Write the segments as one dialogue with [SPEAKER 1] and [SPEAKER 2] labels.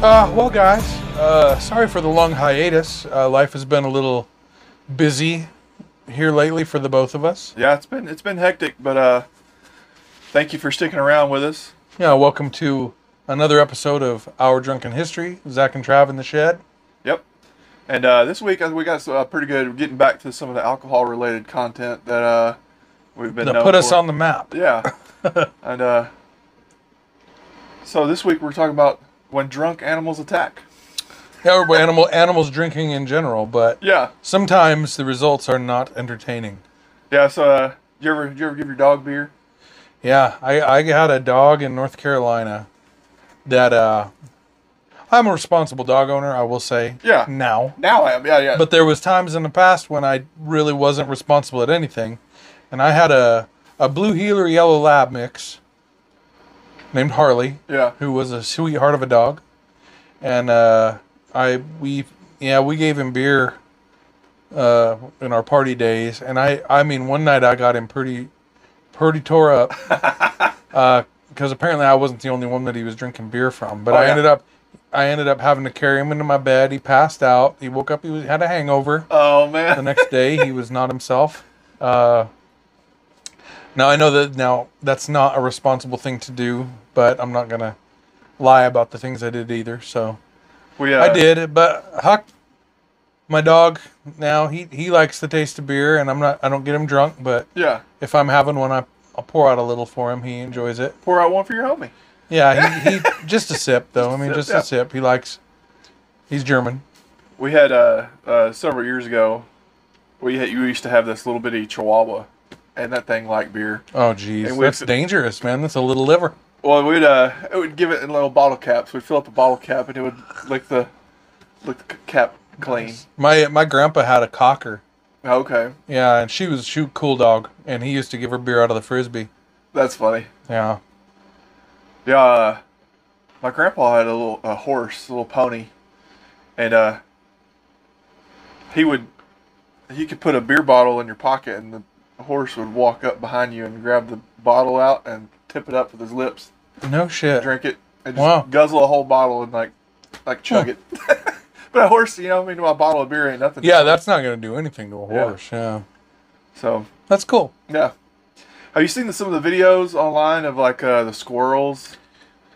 [SPEAKER 1] Uh, well, guys, uh, sorry for the long hiatus. Uh, life has been a little busy here lately for the both of us.
[SPEAKER 2] Yeah, it's been it's been hectic, but uh, thank you for sticking around with us.
[SPEAKER 1] Yeah, welcome to another episode of Our Drunken History, Zach and Trav in the Shed.
[SPEAKER 2] Yep. And uh, this week uh, we got uh, pretty good getting back to some of the alcohol related content that uh, we've been
[SPEAKER 1] That
[SPEAKER 2] known
[SPEAKER 1] put us
[SPEAKER 2] for.
[SPEAKER 1] on the map.
[SPEAKER 2] Yeah. and uh, so this week we're talking about when drunk animals attack.
[SPEAKER 1] Yeah, well, animal animals drinking in general, but
[SPEAKER 2] Yeah.
[SPEAKER 1] sometimes the results are not entertaining.
[SPEAKER 2] Yeah. So uh, you ever you ever give your dog beer?
[SPEAKER 1] Yeah, I, I had a dog in North Carolina that uh I'm a responsible dog owner, I will say.
[SPEAKER 2] Yeah.
[SPEAKER 1] Now.
[SPEAKER 2] Now I am. Yeah. Yeah.
[SPEAKER 1] But there was times in the past when I really wasn't responsible at anything. And I had a a blue heeler yellow lab mix named Harley,
[SPEAKER 2] yeah.
[SPEAKER 1] who was a sweetheart of a dog. And uh I we yeah, we gave him beer uh in our party days and I I mean one night I got him pretty pretty tore up. because apparently I wasn't the only one that he was drinking beer from. But
[SPEAKER 2] Oh,
[SPEAKER 1] I
[SPEAKER 2] yeah.
[SPEAKER 1] ended up, I ended up having to carry him into my bed. He passed out. He woke up. He was, had a hangover.
[SPEAKER 2] Oh
[SPEAKER 1] The
[SPEAKER 2] man.
[SPEAKER 1] next day, he was not himself. Uh, now I know that now that's not a responsible thing to do, but I'm not gonna lie about the things I did either. So
[SPEAKER 2] We, uh,
[SPEAKER 1] I did, but Huck, my dog, now he he likes the taste of beer, and I'm not. I don't get him drunk, but
[SPEAKER 2] Yeah.
[SPEAKER 1] if I'm having one, I. I'll pour out a little for him. He enjoys it.
[SPEAKER 2] Pour out one for your homie.
[SPEAKER 1] Yeah, he, he just a sip though. I mean,
[SPEAKER 2] sip,
[SPEAKER 1] just
[SPEAKER 2] yeah.
[SPEAKER 1] a sip. He likes. He's German.
[SPEAKER 2] We had uh, uh, several years ago. We had, you used to have this little bitty Chihuahua, and that thing liked beer.
[SPEAKER 1] Oh, geez,
[SPEAKER 2] And we-
[SPEAKER 1] that's dangerous, man. That's a little liver.
[SPEAKER 2] Well, we'd uh, it would give it in little bottle caps. We'd fill up a bottle cap, and it would lick the lick the c- cap clean.
[SPEAKER 1] My my grandpa had a cocker.
[SPEAKER 2] Okay,
[SPEAKER 1] Yeah, and she was she was a cool dog, and he used to give her beer out of the frisbee.
[SPEAKER 2] that's funny.
[SPEAKER 1] Yeah.
[SPEAKER 2] Yeah, uh, my grandpa had a little a horse, a little pony, and uh, he would he could put a beer bottle in your pocket, and the horse would walk up behind you and grab the bottle out and tip it up with his lips.
[SPEAKER 1] No shit.
[SPEAKER 2] drink it and just
[SPEAKER 1] Wow.
[SPEAKER 2] guzzle a whole bottle and like like chug it. but a horse, you know, I mean, a bottle of beer ain't nothing.
[SPEAKER 1] Yeah, that's not gonna do anything to a
[SPEAKER 2] Yeah.
[SPEAKER 1] horse. Yeah.
[SPEAKER 2] so
[SPEAKER 1] That's cool.
[SPEAKER 2] yeah. Have you seen the, some of the videos online of like uh, the squirrels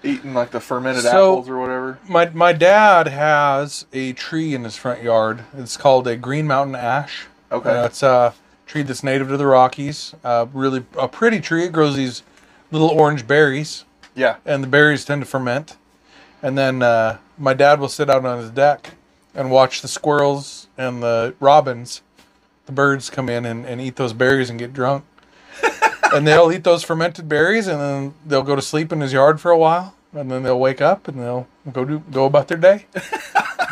[SPEAKER 2] eating like the fermented
[SPEAKER 1] So-
[SPEAKER 2] apples or whatever?
[SPEAKER 1] My my dad has a tree in his front yard. It's called a Green Mountain Ash.
[SPEAKER 2] Okay.
[SPEAKER 1] Uh, it's a tree that's native to the Rockies. Uh, really a pretty tree. It grows these little orange berries.
[SPEAKER 2] Yeah,
[SPEAKER 1] and the berries tend to ferment. And then uh, my dad will sit out on his deck and watch the squirrels and the robins, the birds come in and, and eat those berries and get drunk. and they'll eat those fermented berries and then they'll go to sleep in his yard for a while and then they'll wake up and they'll go do go about their day.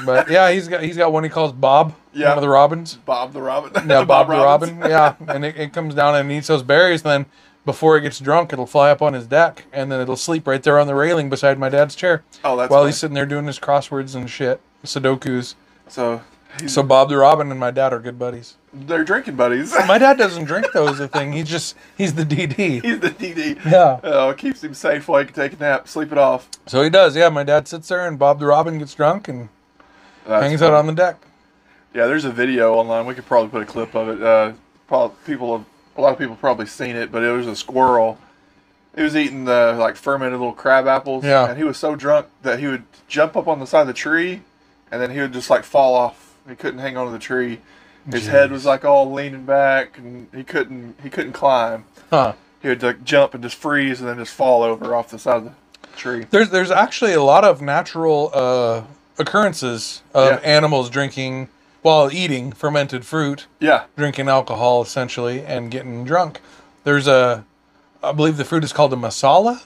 [SPEAKER 1] but yeah, he's got he's got one he calls Bob,
[SPEAKER 2] Yeah.
[SPEAKER 1] one of the robins.
[SPEAKER 2] Bob the Robin.
[SPEAKER 1] Yeah, Bob, the
[SPEAKER 2] Robbins.
[SPEAKER 1] Robin. Yeah, and it, it comes down and eats those berries. And then before it gets drunk, it'll fly up on his deck and then it'll sleep right there on the railing beside my dad's chair
[SPEAKER 2] Oh, that's
[SPEAKER 1] while
[SPEAKER 2] funny.
[SPEAKER 1] he's sitting there doing his crosswords and shit, Sudokus.
[SPEAKER 2] so. He's,
[SPEAKER 1] So Bob the Robin and my dad are good buddies.
[SPEAKER 2] they're drinking buddies.
[SPEAKER 1] My dad doesn't drink those a thing. He's just he's the DD.
[SPEAKER 2] He's the DD.
[SPEAKER 1] Yeah.
[SPEAKER 2] Oh, it keeps him safe while he can take a nap, sleep it off.
[SPEAKER 1] So he does. Yeah, my dad sits there and Bob the Robin gets drunk and
[SPEAKER 2] That's
[SPEAKER 1] hangs out on the deck.
[SPEAKER 2] Yeah, there's a video online. We could probably put a clip of it. Uh, prob people have a lot of people probably seen it, but it was a squirrel. He was eating the like fermented little crab apples,
[SPEAKER 1] Yeah.
[SPEAKER 2] and he was so drunk that he would jump up on the side of the tree, and then he would just like fall off. He couldn't hang onto the tree. His head was like all leaning back, and he couldn't he couldn't climb.
[SPEAKER 1] Huh.
[SPEAKER 2] He would like jump and just freeze, and then just fall over off the side of the tree.
[SPEAKER 1] There's there's actually a lot of natural uh, occurrences of
[SPEAKER 2] Yeah.
[SPEAKER 1] animals drinking while eating fermented fruit.
[SPEAKER 2] Yeah,
[SPEAKER 1] drinking alcohol essentially and getting drunk. There's a, I believe the fruit is called a masala.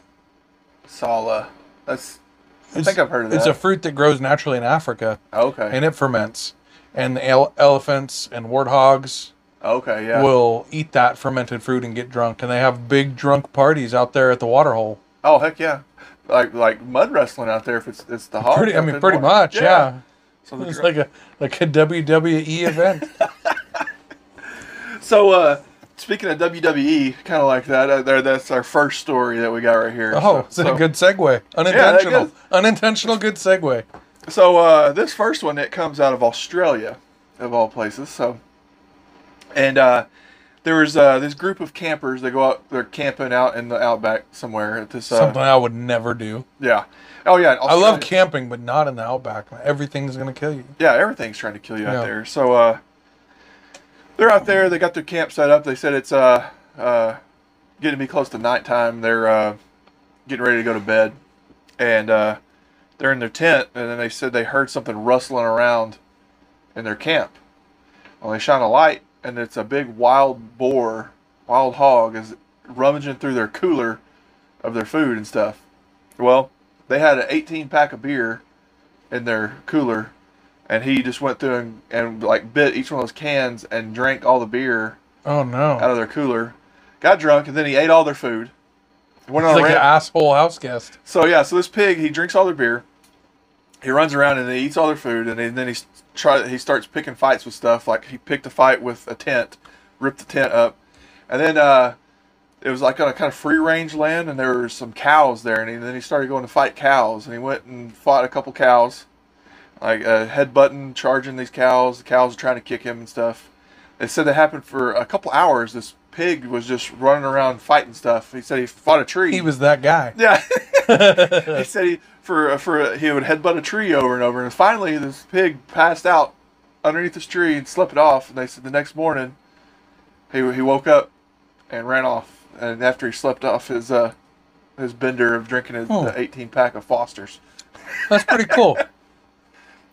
[SPEAKER 2] Sala. uh, That's I
[SPEAKER 1] It's-
[SPEAKER 2] think I've heard of that.
[SPEAKER 1] It's a fruit that grows naturally in Africa
[SPEAKER 2] okay.
[SPEAKER 1] and it ferments. And the ele- elephants and warthogs
[SPEAKER 2] okay. Yeah.
[SPEAKER 1] will eat that fermented fruit and get drunk. And they have big drunk parties out there at the waterhole.
[SPEAKER 2] Oh heck yeah, like like mud wrestling out there. If it's it's the hard.
[SPEAKER 1] Pretty, I mean, pretty much, yeah.
[SPEAKER 2] So, the
[SPEAKER 1] It's
[SPEAKER 2] dr-
[SPEAKER 1] E like a like a WWE event.
[SPEAKER 2] so uh, speaking of WWE, kind of like that. Uh, there, that's our first story that we got right here.
[SPEAKER 1] Oh,
[SPEAKER 2] so,
[SPEAKER 1] it's a good segue. Unintentional,
[SPEAKER 2] goes-
[SPEAKER 1] unintentional, good segue.
[SPEAKER 2] So uh, this first one it comes out of Australia, of all places. So, and uh, there was uh, this group of campers. They go out. They're camping out in the outback somewhere. At this, uh,
[SPEAKER 1] Something I would never do.
[SPEAKER 2] yeah. Oh yeah.
[SPEAKER 1] I love
[SPEAKER 2] Australia-
[SPEAKER 1] camping, but not in the outback. Everything's gonna kill you.
[SPEAKER 2] yeah, everything's trying to kill you
[SPEAKER 1] Yeah.
[SPEAKER 2] out there. So uh, they're out there. They got their camp set up. They said it's uh, uh, getting to be close to nighttime. They're uh, getting ready to go to bed, and uh, they're in their tent. And then they said they heard something rustling around in their camp. Well, they shine a light, and it's a big wild boar, wild hog, is rummaging through their cooler of their food and stuff. Well, they had an 18 pack of beer in their cooler and he just went through and, and like bit each one of those cans and drank all the beer
[SPEAKER 1] Oh no!
[SPEAKER 2] out of their cooler. Got drunk and then he ate all their food. Went
[SPEAKER 1] It's
[SPEAKER 2] on a
[SPEAKER 1] like an
[SPEAKER 2] rant.
[SPEAKER 1] asshole house guest.
[SPEAKER 2] So yeah, so this pig he drinks all their beer. He runs around and he eats all their food and, then he s- try he starts picking fights with stuff like he picked a fight with a tent, ripped the tent up, and then uh, it was like on a kind of free range land and there were some cows there and, he, then he started going to fight cows and he went and fought a couple cows, like uh, headbutting, charging these cows. The cows were trying to kick him and stuff. It said that happened for a couple hours. This pig was just running around fighting stuff. He said he fought a tree.
[SPEAKER 1] He was that guy.
[SPEAKER 2] Yeah. he said he for for he would headbutt a tree over and over, and finally this pig passed out underneath this tree and slept it off. And they said the next morning, he he woke up and ran off, and after he slept off his uh his bender of drinking his
[SPEAKER 1] Hmm.
[SPEAKER 2] the eighteen pack of Fosters.
[SPEAKER 1] That's pretty cool.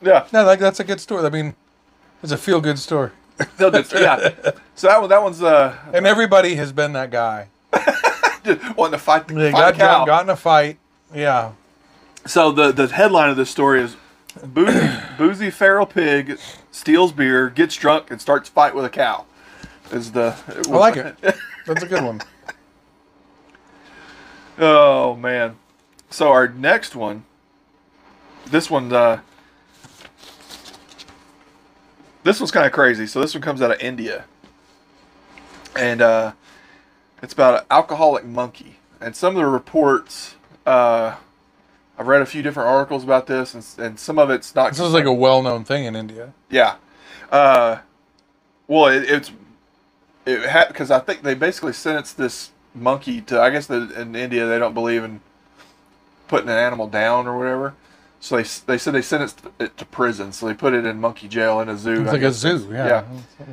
[SPEAKER 2] Yeah,
[SPEAKER 1] No, like that's a good story. I mean, it's a feel good story,
[SPEAKER 2] they'll do- yeah. So that one that one's uh
[SPEAKER 1] and everybody has been that guy.
[SPEAKER 2] wanting to fight the,
[SPEAKER 1] They
[SPEAKER 2] fight
[SPEAKER 1] got
[SPEAKER 2] a cow.
[SPEAKER 1] drunk, got in a fight. Yeah,
[SPEAKER 2] So the the headline of this story is boozy, boozy feral pig steals beer, gets drunk, and starts fight with a cow. Is the
[SPEAKER 1] I like it. That's a good one.
[SPEAKER 2] Oh man. So our next one. This one. Uh, this one's kind of crazy. So this one comes out of India, and uh, it's about an alcoholic monkey. And some of the reports. Uh, I've read a few different articles about this, and, and some of it's not.
[SPEAKER 1] This is like a well known thing in India.
[SPEAKER 2] Yeah. Uh, well, it, it's it had because I think they basically sentenced this monkey to. I guess that in India they don't believe in putting an animal down or whatever. So they s- they said they sentenced it to prison. So they put it in monkey jail in a
[SPEAKER 1] It's
[SPEAKER 2] zoo. I
[SPEAKER 1] like a
[SPEAKER 2] guess.
[SPEAKER 1] zoo. Yeah,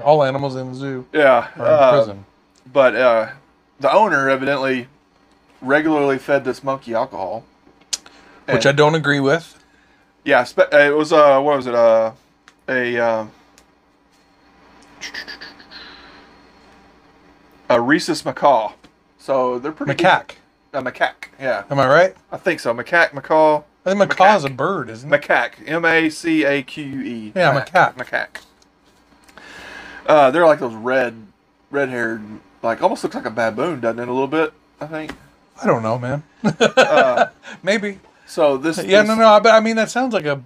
[SPEAKER 1] all animals in the zoo
[SPEAKER 2] Yeah.
[SPEAKER 1] are in
[SPEAKER 2] uh,
[SPEAKER 1] prison.
[SPEAKER 2] But uh, the owner evidently regularly fed this monkey alcohol.
[SPEAKER 1] which I
[SPEAKER 2] and-
[SPEAKER 1] don't agree with.
[SPEAKER 2] yeah, spe- it was uh, what was it uh, a um, a rhesus macaw. So they're pretty
[SPEAKER 1] Macaque.
[SPEAKER 2] A macaque, yeah,
[SPEAKER 1] Am I right?
[SPEAKER 2] I think so. Macaque, macaw,
[SPEAKER 1] I think macaw is
[SPEAKER 2] Macaque.
[SPEAKER 1] a bird, isn't it?
[SPEAKER 2] macaque, M A C A Q E.
[SPEAKER 1] Yeah, macaque.
[SPEAKER 2] Macaque. Uh, they're like those red, red-haired, like almost looks like a baboon, doesn't it? A little bit, I think.
[SPEAKER 1] I don't know, man.
[SPEAKER 2] Uh,
[SPEAKER 1] Maybe.
[SPEAKER 2] so this,
[SPEAKER 1] Yeah,
[SPEAKER 2] this-
[SPEAKER 1] no, no. But I mean, that sounds like a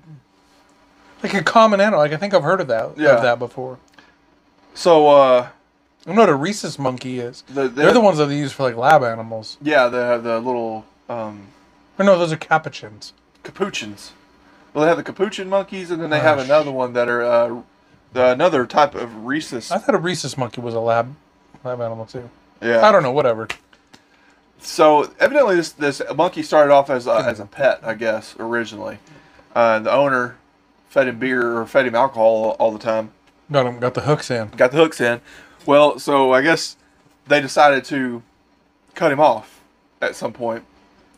[SPEAKER 1] like a common animal. Like I think I've heard of that
[SPEAKER 2] Yeah.
[SPEAKER 1] of that before.
[SPEAKER 2] So uh,
[SPEAKER 1] I know what a rhesus monkey is.
[SPEAKER 2] the,
[SPEAKER 1] They're, the ones that they use for like lab animals.
[SPEAKER 2] Yeah, the the little um,
[SPEAKER 1] Or no, those are capuchins.
[SPEAKER 2] capuchins. Well, they have the capuchin monkeys, and then they
[SPEAKER 1] Oh,
[SPEAKER 2] have
[SPEAKER 1] sh-
[SPEAKER 2] another one that are uh, the, another type of rhesus.
[SPEAKER 1] I thought a rhesus monkey was a lab lab animal too.
[SPEAKER 2] yeah.
[SPEAKER 1] I don't know. Whatever.
[SPEAKER 2] So evidently, this this monkey started off as a,
[SPEAKER 1] Hmm.
[SPEAKER 2] as a pet, I guess, originally. Uh, the owner fed him beer or fed him alcohol all the time.
[SPEAKER 1] Got 'em- Got the hooks in.
[SPEAKER 2] Got the hooks in. Well, so I guess they decided to cut him off at some point.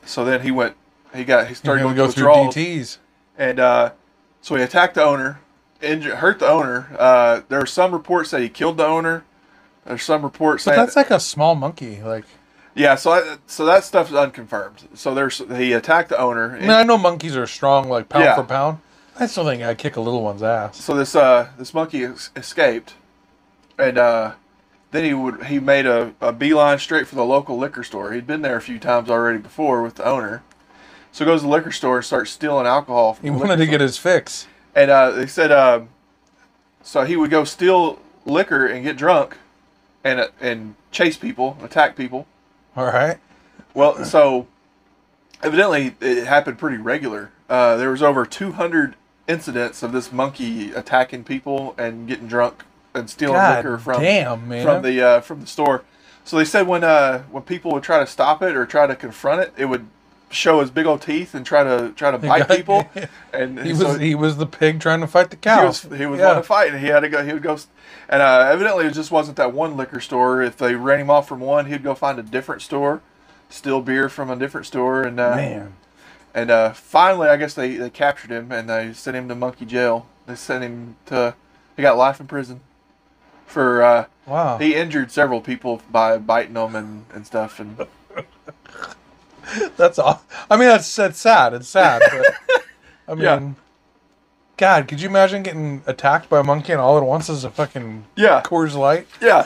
[SPEAKER 2] So then he went. He got. He
[SPEAKER 1] You're
[SPEAKER 2] started
[SPEAKER 1] gonna
[SPEAKER 2] going
[SPEAKER 1] go
[SPEAKER 2] to
[SPEAKER 1] through
[SPEAKER 2] withdrawals.
[SPEAKER 1] DTS.
[SPEAKER 2] and uh, so he attacked the owner, injured, hurt the owner. Uh, there are some reports that he killed the owner. There's some reports
[SPEAKER 1] But
[SPEAKER 2] saying,
[SPEAKER 1] that's like a small monkey. Like
[SPEAKER 2] yeah. So I, so that stuff's unconfirmed. So there's he attacked the owner.
[SPEAKER 1] I mean, I know monkeys are strong, like pound
[SPEAKER 2] Yeah.
[SPEAKER 1] for pound. I still think I'd kick a little one's ass.
[SPEAKER 2] so this uh this monkey es- escaped, and uh, then he would he made a, a beeline straight for the local liquor store. He'd been there a few times already before with the owner. So goes to the liquor store and starts stealing alcohol. From
[SPEAKER 1] He
[SPEAKER 2] the
[SPEAKER 1] wanted
[SPEAKER 2] liquor
[SPEAKER 1] to get his fix.
[SPEAKER 2] And uh, they said, um so he would go steal liquor and get drunk, and uh, and chase people, attack people.
[SPEAKER 1] All right.
[SPEAKER 2] Well, so evidently it happened pretty regular. Uh, there was over 200 incidents of this monkey attacking people and getting drunk and stealing liquor
[SPEAKER 1] God
[SPEAKER 2] from
[SPEAKER 1] damn, man.
[SPEAKER 2] from the uh, from the store. So they said when uh, when people would try to stop it or try to confront it, it would show his big old teeth and try to try to bite
[SPEAKER 1] got-
[SPEAKER 2] people. And
[SPEAKER 1] he was
[SPEAKER 2] so
[SPEAKER 1] he was the pig trying to fight the cow.
[SPEAKER 2] he was he was
[SPEAKER 1] Yeah.
[SPEAKER 2] wanting to fight, and he had to go. He would go, s- and uh, evidently it just wasn't that one liquor store. If they ran him off from one, he'd go find a different store, steal beer from a different store, and uh,
[SPEAKER 1] Man,
[SPEAKER 2] and uh, finally, I guess they, they captured him and they sent him to monkey jail. They sent him to he got life in prison for uh,
[SPEAKER 1] wow.
[SPEAKER 2] he injured several people by biting them and, and stuff. And
[SPEAKER 1] That's all. I mean, that's that's sad. It's sad. But, I mean,
[SPEAKER 2] Yeah.
[SPEAKER 1] God, could you imagine getting attacked by a monkey and all it wants is a fucking
[SPEAKER 2] yeah,
[SPEAKER 1] Coors Light?
[SPEAKER 2] yeah,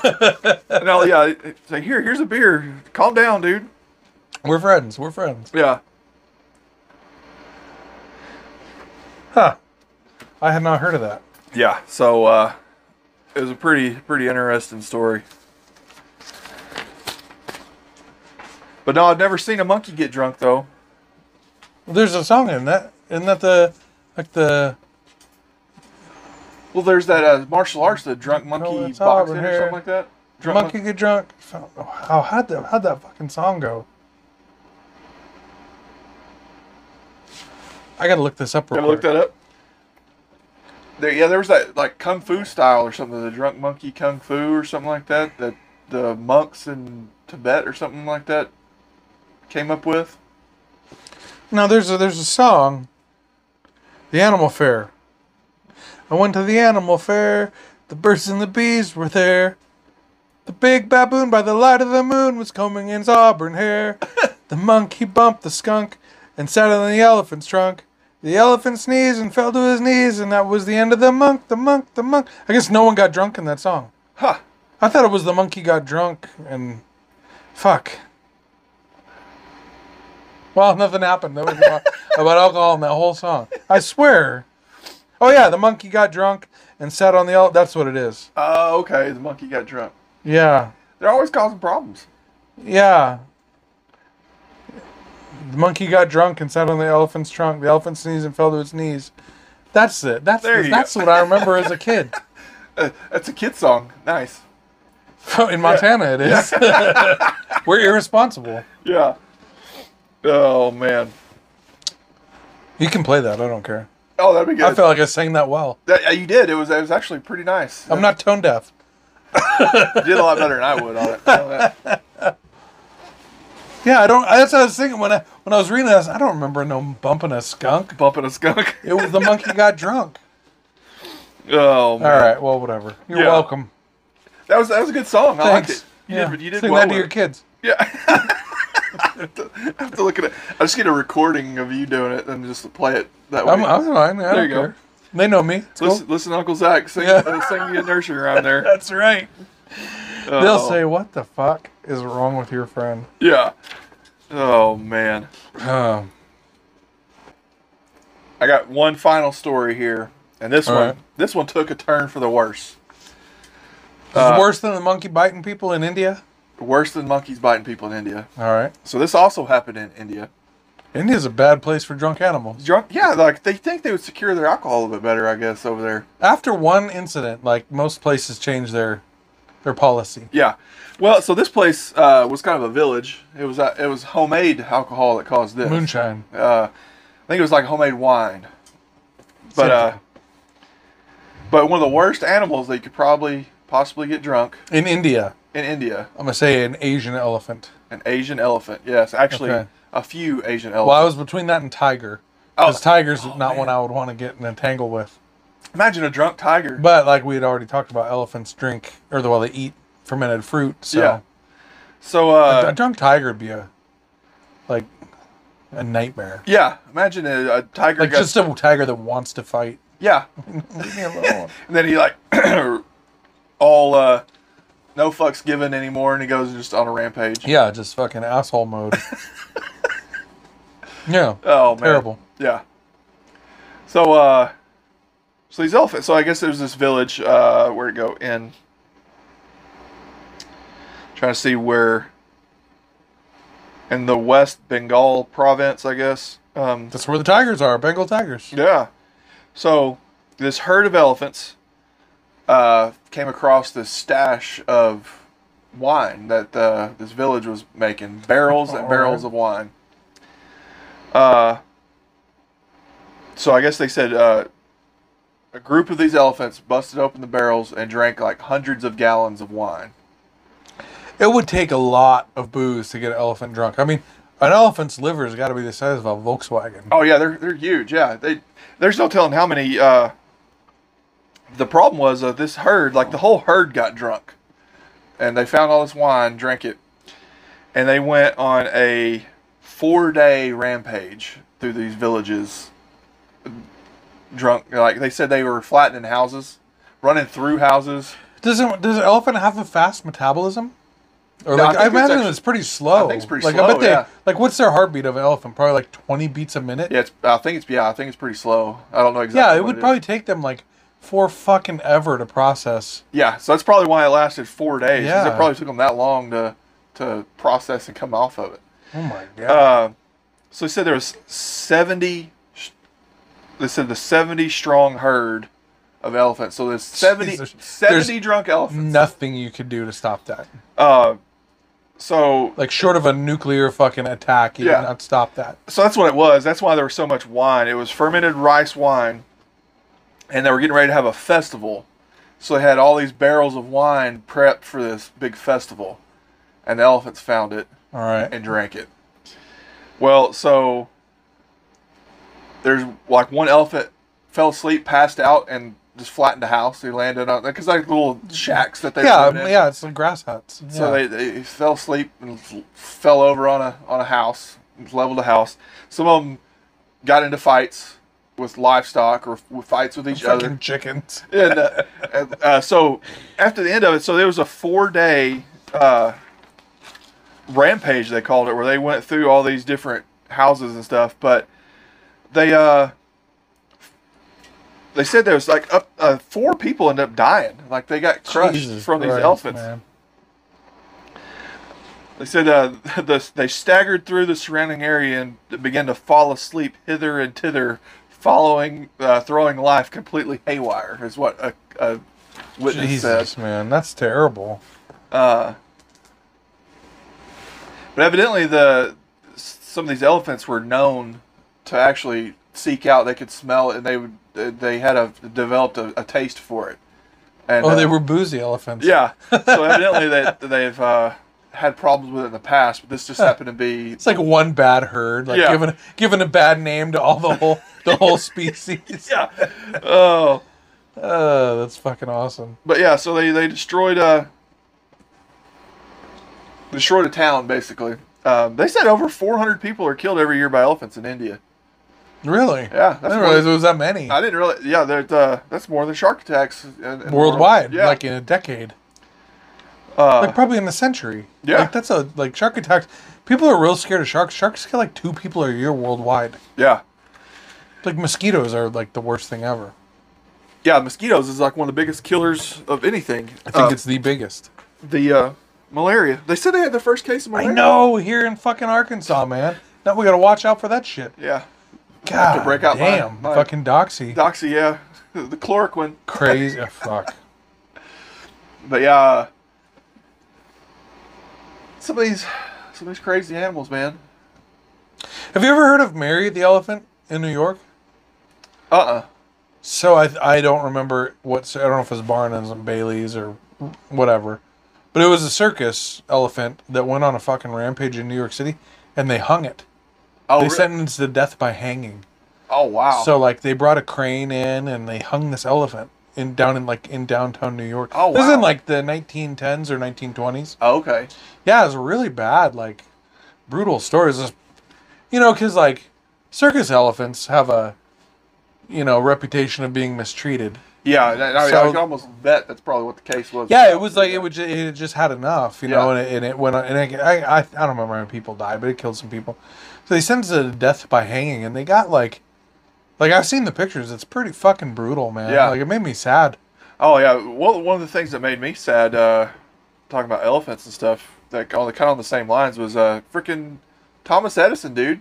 [SPEAKER 2] no, yeah. Say here, here's a beer. Calm down, dude.
[SPEAKER 1] We're friends. We're friends.
[SPEAKER 2] Yeah,
[SPEAKER 1] Huh? I had not heard of that.
[SPEAKER 2] yeah. So uh, it was a pretty pretty interesting story. But no, I've never seen a monkey get drunk though.
[SPEAKER 1] There's a song in that. Isn't that the like the
[SPEAKER 2] Well, there's that uh, martial arts, the drunk monkey
[SPEAKER 1] No, it's
[SPEAKER 2] boxing
[SPEAKER 1] over
[SPEAKER 2] or
[SPEAKER 1] here.
[SPEAKER 2] something like that. Drunk
[SPEAKER 1] monkey get drunk? How how'd that how'd that fucking song go? I gotta look this up. Real
[SPEAKER 2] Gotta look
[SPEAKER 1] quick.
[SPEAKER 2] that up. There, yeah, there was that like kung fu style or something, the drunk monkey kung fu or something like that. That the monks in Tibet or something like that came up with.
[SPEAKER 1] Now there's a there's a song. The Animal Fair. I went to the Animal Fair. The birds and the bees were there. The big baboon by the light of the moon was combing his auburn hair. the monkey bumped the skunk and sat on the elephant's trunk. The elephant sneezed and fell to his knees, and that was the end of the monk, the monk, the monk. I guess no one got drunk in that song.
[SPEAKER 2] Huh.
[SPEAKER 1] I thought it was the monkey got drunk and fuck. Well, nothing happened. That was about, about alcohol in that whole song. I swear. Oh yeah, the monkey got drunk and sat on the. El- that's what it is.
[SPEAKER 2] Oh, okay. The monkey got drunk.
[SPEAKER 1] Yeah,
[SPEAKER 2] They're always causing problems.
[SPEAKER 1] yeah. The monkey got drunk and sat on the elephant's trunk. The elephant sneezed and fell to its knees. That's it. That's
[SPEAKER 2] There you
[SPEAKER 1] that's
[SPEAKER 2] go.
[SPEAKER 1] what I remember as a kid.
[SPEAKER 2] Uh, that's a kid song. Nice.
[SPEAKER 1] In Montana, it is. We're irresponsible.
[SPEAKER 2] Yeah. Oh man.
[SPEAKER 1] You can play that. I don't care.
[SPEAKER 2] Oh, that'd be good.
[SPEAKER 1] I felt like I sang that well.
[SPEAKER 2] that, yeah, you did. It was. It was actually pretty nice.
[SPEAKER 1] I'm not tone deaf.
[SPEAKER 2] You did a lot better than I would on it. on that.
[SPEAKER 1] Yeah, I don't. That's what I was thinking when I when I was reading this. I don't remember no bumping a skunk.
[SPEAKER 2] Bumping a skunk.
[SPEAKER 1] It was the monkey got drunk.
[SPEAKER 2] Oh man.
[SPEAKER 1] All right. Well, whatever. You're
[SPEAKER 2] Yeah.
[SPEAKER 1] welcome.
[SPEAKER 2] That was that was a good song. I liked
[SPEAKER 1] Thanks.
[SPEAKER 2] it. You
[SPEAKER 1] Yeah.
[SPEAKER 2] did you did
[SPEAKER 1] Sing
[SPEAKER 2] well
[SPEAKER 1] that to
[SPEAKER 2] with
[SPEAKER 1] your
[SPEAKER 2] it.
[SPEAKER 1] kids.
[SPEAKER 2] Yeah. I, have to, I have to look at it. I just get a recording of you doing it and just play it that way.
[SPEAKER 1] I'm, I'm fine. I
[SPEAKER 2] There
[SPEAKER 1] don't
[SPEAKER 2] you go.
[SPEAKER 1] care. They know me. It's cool.
[SPEAKER 2] listen, listen, Uncle Zach, sing,
[SPEAKER 1] Yeah.
[SPEAKER 2] uh, sing me a nursery rhyme there.
[SPEAKER 1] That's right. They'll
[SPEAKER 2] Oh,
[SPEAKER 1] say, "What the fuck is wrong with your friend?"
[SPEAKER 2] yeah. Oh man,
[SPEAKER 1] Um,
[SPEAKER 2] I got one final story here, and this
[SPEAKER 1] All
[SPEAKER 2] one,
[SPEAKER 1] right.
[SPEAKER 2] this one took a turn for the worse.
[SPEAKER 1] is
[SPEAKER 2] Uh,
[SPEAKER 1] it worse than the monkey biting people in India.
[SPEAKER 2] Worse than monkeys biting people in India.
[SPEAKER 1] All right.
[SPEAKER 2] So this also happened in India.
[SPEAKER 1] India's a bad place for drunk animals.
[SPEAKER 2] Drunk, yeah, like they think they would secure their alcohol a little bit better, I guess, over there.
[SPEAKER 1] After one incident, like most places change their their policy.
[SPEAKER 2] Yeah. Well, so this place uh, was kind of a village. It was uh, it was homemade alcohol that caused this.
[SPEAKER 1] Moonshine.
[SPEAKER 2] Uh, I think it was like homemade wine. But
[SPEAKER 1] Same
[SPEAKER 2] uh,
[SPEAKER 1] thing.
[SPEAKER 2] but one of the worst animals that you could probably possibly get drunk
[SPEAKER 1] In India,
[SPEAKER 2] in India,
[SPEAKER 1] I'm gonna say an Asian elephant.
[SPEAKER 2] an Asian elephant. Yes, actually
[SPEAKER 1] Okay.
[SPEAKER 2] a few Asian
[SPEAKER 1] Well, I
[SPEAKER 2] elephants.
[SPEAKER 1] was between that and tiger.
[SPEAKER 2] Oh.
[SPEAKER 1] Because tiger's not
[SPEAKER 2] man.
[SPEAKER 1] one I would want to get in a tangle with.
[SPEAKER 2] Imagine a drunk tiger.
[SPEAKER 1] But like we had already talked about, elephants drink or the well they eat fermented fruit. So
[SPEAKER 2] Yeah. So
[SPEAKER 1] a
[SPEAKER 2] uh,
[SPEAKER 1] drunk tiger would be a like a nightmare.
[SPEAKER 2] yeah, imagine a, a tiger.
[SPEAKER 1] Like
[SPEAKER 2] got-
[SPEAKER 1] just a tiger that wants to fight.
[SPEAKER 2] yeah,
[SPEAKER 1] Leave me alone.
[SPEAKER 2] And then he like all uh no fucks given anymore and he goes just on a rampage.
[SPEAKER 1] yeah, just fucking asshole mode. yeah.
[SPEAKER 2] Oh man.
[SPEAKER 1] Terrible.
[SPEAKER 2] Yeah. So uh so these elephants so I guess there's this village, uh where'd it go? In Trying to see where. In the West Bengal province, I guess. Um,
[SPEAKER 1] That's where the tigers are, Bengal tigers.
[SPEAKER 2] yeah. So this herd of elephants uh, came across this stash of wine that uh, this village was making barrels and barrels of wine. Uh, so I guess they said uh, a group of these elephants busted open the barrels and drank like hundreds of gallons of wine.
[SPEAKER 1] It would take a lot of booze to get an elephant drunk. I mean, an elephant's liver has got to be the size of a Volkswagen.
[SPEAKER 2] Oh yeah, they're they're huge. Yeah, they there's no telling how many. Uh, the problem was uh, this herd, like the whole herd, got drunk, and they found all this wine, drank it, and they went on a four day rampage through these villages. Drunk, like they said, they were flattening houses, running through houses.
[SPEAKER 1] Does it, does an elephant have a fast metabolism? Or
[SPEAKER 2] No, I
[SPEAKER 1] like I,
[SPEAKER 2] think it's
[SPEAKER 1] imagine
[SPEAKER 2] actually-
[SPEAKER 1] it's pretty slow.
[SPEAKER 2] I think it's pretty
[SPEAKER 1] like,
[SPEAKER 2] slow,
[SPEAKER 1] I bet they
[SPEAKER 2] yeah.
[SPEAKER 1] like what's their heartbeat of an elephant? Probably like twenty beats a minute.
[SPEAKER 2] Yeah, it's, I think it's yeah, I think it's pretty slow. I don't know exactly.
[SPEAKER 1] Yeah, it
[SPEAKER 2] what
[SPEAKER 1] would
[SPEAKER 2] is.
[SPEAKER 1] probably take them like four fucking ever to process.
[SPEAKER 2] Yeah, so that's probably why it lasted four days. 'cause
[SPEAKER 1] Yeah.
[SPEAKER 2] it probably took them that long to to process and come off of it.
[SPEAKER 1] Oh my god.
[SPEAKER 2] Uh, so they said there was 70 sh- they said the 70 strong herd of elephants so there's 70
[SPEAKER 1] Jesus.
[SPEAKER 2] 70
[SPEAKER 1] There's
[SPEAKER 2] drunk elephants
[SPEAKER 1] Nothing you could do to stop that.
[SPEAKER 2] uh, so
[SPEAKER 1] Like short of a nuclear fucking attack, you
[SPEAKER 2] Yeah.
[SPEAKER 1] could not stop that.
[SPEAKER 2] so that's what it was that's why there was so much wine it was fermented rice wine and they were getting ready to have a festival so they had all these barrels of wine prepped for this big festival and the elephants found it
[SPEAKER 1] All right.
[SPEAKER 2] and drank it. Well, so there's like one elephant fell asleep, passed out, and just flattened the house. He landed on because like little shacks that they
[SPEAKER 1] Yeah, um,
[SPEAKER 2] put in.
[SPEAKER 1] yeah, it's like grass huts. Yeah.
[SPEAKER 2] So they, they fell asleep and f- fell over on a on a house, leveled a house. Some of them got into fights with livestock or with fights with each other
[SPEAKER 1] fucking chickens.
[SPEAKER 2] and, uh, and, uh, so after the end of it, so there was a four day uh, rampage they called it, where they went through all these different houses and stuff. But they uh, they said there was like up uh, four people ended up dying, like they got crushed
[SPEAKER 1] Jesus
[SPEAKER 2] from these
[SPEAKER 1] Christ,
[SPEAKER 2] elephants.
[SPEAKER 1] man.
[SPEAKER 2] They said uh, the, they staggered through the surrounding area and began to fall asleep hither and thither, following uh, throwing life completely haywire. Is what a, a witness
[SPEAKER 1] Jesus,
[SPEAKER 2] said.
[SPEAKER 1] man, that's terrible.
[SPEAKER 2] Uh, but evidently, the some of these elephants were known to actually seek out. They could smell it, and they would they had a developed a, a taste for it. And,
[SPEAKER 1] Oh, they
[SPEAKER 2] uh,
[SPEAKER 1] were boozy elephants.
[SPEAKER 2] yeah. So evidently, that they've uh, had problems with it in the past, but this just happened to be
[SPEAKER 1] It's like one bad herd, like
[SPEAKER 2] Yeah.
[SPEAKER 1] giving giving a bad name to all the whole the whole species.
[SPEAKER 2] yeah. Oh,
[SPEAKER 1] Oh, that's fucking awesome.
[SPEAKER 2] but yeah. So they they destroyed uh destroyed a town basically. Um, they said over 400 people are killed every year by elephants in India.
[SPEAKER 1] Really?
[SPEAKER 2] Yeah,
[SPEAKER 1] I
[SPEAKER 2] that's
[SPEAKER 1] didn't
[SPEAKER 2] more
[SPEAKER 1] realize
[SPEAKER 2] than-
[SPEAKER 1] it was that many
[SPEAKER 2] I didn't really. Yeah, that uh, that's more than shark attacks in, in the world.
[SPEAKER 1] worldwide,
[SPEAKER 2] Yeah,
[SPEAKER 1] like in a decade.
[SPEAKER 2] uh,
[SPEAKER 1] like probably in the century.
[SPEAKER 2] Yeah.
[SPEAKER 1] like that's a like shark attacks. People are real scared of sharks. Sharks kill like two people a year worldwide.
[SPEAKER 2] yeah,
[SPEAKER 1] Like mosquitoes are like the worst thing ever.
[SPEAKER 2] yeah. Mosquitoes is like one of the biggest killers of anything.
[SPEAKER 1] I think it's the biggest.
[SPEAKER 2] the uh, malaria. They said they had the first case of
[SPEAKER 1] I
[SPEAKER 2] malaria.
[SPEAKER 1] know here in fucking Arkansas, man. Now we gotta watch out for that shit.
[SPEAKER 2] Yeah,
[SPEAKER 1] God
[SPEAKER 2] to break out my-
[SPEAKER 1] damn,
[SPEAKER 2] my-
[SPEAKER 1] fucking doxy,
[SPEAKER 2] doxy. Yeah, the chloroquine.
[SPEAKER 1] crazy. oh, fuck.
[SPEAKER 2] But yeah, uh, some of these, some of these crazy animals, man.
[SPEAKER 1] Have you ever heard of Mary the elephant in New York?
[SPEAKER 2] Uh uh
[SPEAKER 1] So I I don't remember what I don't know if it was Barnum's and Bailey's or whatever, but it was a circus elephant that went on a fucking rampage in New York City, and they hung it.
[SPEAKER 2] Oh,
[SPEAKER 1] they
[SPEAKER 2] re-
[SPEAKER 1] sentenced to death by hanging.
[SPEAKER 2] oh wow.
[SPEAKER 1] So like they brought a crane in and they hung this elephant in down in like in downtown New York.
[SPEAKER 2] Oh,
[SPEAKER 1] This is in
[SPEAKER 2] wow.
[SPEAKER 1] like the 1910s or 1920s.
[SPEAKER 2] oh, okay.
[SPEAKER 1] Yeah, it was really bad, like brutal stories. Just- You know, because like circus elephants have a you know reputation of being mistreated.
[SPEAKER 2] Yeah, that, I, mean,
[SPEAKER 1] So-
[SPEAKER 2] I could almost bet that's probably what the case was.
[SPEAKER 1] Yeah, it was like it would ju- it just had enough, you know,
[SPEAKER 2] Yeah.
[SPEAKER 1] and it, and it went on, and it, I, I I don't remember how many people died, but it killed some people. So they sentenced it to death by hanging, and they got like, like I've seen the pictures. It's pretty fucking brutal, man.
[SPEAKER 2] Yeah.
[SPEAKER 1] like it made me sad.
[SPEAKER 2] Oh yeah, well, one of the things that made me sad uh, talking about elephants and stuff, like on the kind of on the same lines was uh freaking Thomas Edison, dude.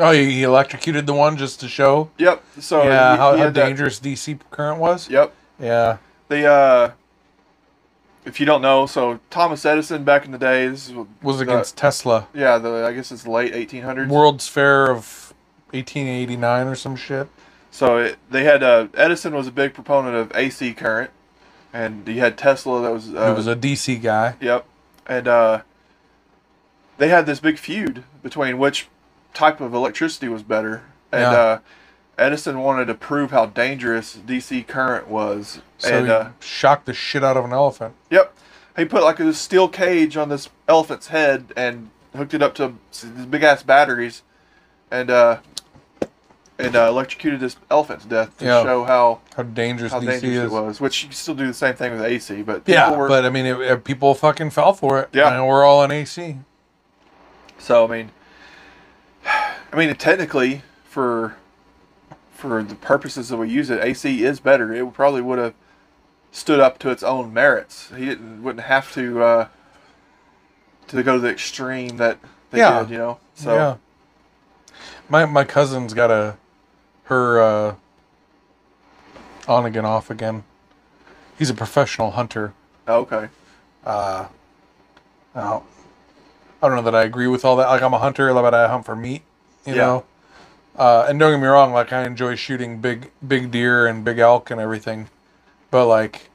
[SPEAKER 1] Oh, he he electrocuted the one just to show.
[SPEAKER 2] Yep. So
[SPEAKER 1] yeah,
[SPEAKER 2] Oh, he-
[SPEAKER 1] how,
[SPEAKER 2] he
[SPEAKER 1] how
[SPEAKER 2] had that-
[SPEAKER 1] dangerous DC current was.
[SPEAKER 2] Yep.
[SPEAKER 1] Yeah.
[SPEAKER 2] The uh, if you don't know, so Thomas Edison back in the day, this is what-
[SPEAKER 1] Was
[SPEAKER 2] the-
[SPEAKER 1] against Tesla.
[SPEAKER 2] yeah, the I guess it's late 1800s.
[SPEAKER 1] World's Fair of 1889 or some shit.
[SPEAKER 2] So it, they had uh, Edison was a big proponent of AC current, and you had Tesla that was. Uh,
[SPEAKER 1] it was a DC guy.
[SPEAKER 2] Yep, and uh, they had this big feud between which type of electricity was better, and
[SPEAKER 1] Yeah.
[SPEAKER 2] uh, Edison wanted to prove how dangerous DC current was,
[SPEAKER 1] So
[SPEAKER 2] and
[SPEAKER 1] he
[SPEAKER 2] uh,
[SPEAKER 1] shocked the shit out of an elephant.
[SPEAKER 2] Yep. He put like a steel cage on this elephant's head and hooked it up to these big ass batteries, and uh, and uh, electrocuted this elephant to death to
[SPEAKER 1] Yeah.
[SPEAKER 2] show how
[SPEAKER 1] How dangerous
[SPEAKER 2] how
[SPEAKER 1] DC
[SPEAKER 2] dangerous
[SPEAKER 1] is.
[SPEAKER 2] it was. Which you can still do the same thing with AC, but
[SPEAKER 1] Yeah,
[SPEAKER 2] people were-
[SPEAKER 1] but I mean, it, it- people fucking fell for it.
[SPEAKER 2] Yeah.
[SPEAKER 1] and we're all on AC.
[SPEAKER 2] so I mean, I mean technically for for the purposes that we use it, AC is better. It probably would have stood up to its own merits. He didn't wouldn't have to uh, to go to the extreme that they
[SPEAKER 1] Yeah.
[SPEAKER 2] did, you know. So
[SPEAKER 1] yeah, my my cousin's got a her uh, on again, off again. He's a professional hunter.
[SPEAKER 2] oh, okay,
[SPEAKER 1] Uh, I don't, I don't know that I agree with all that. Like I'm a hunter, but I hunt for meat. You
[SPEAKER 2] Yeah.
[SPEAKER 1] know. Uh, and don't get me wrong, like I enjoy shooting big big deer and big elk and everything, but like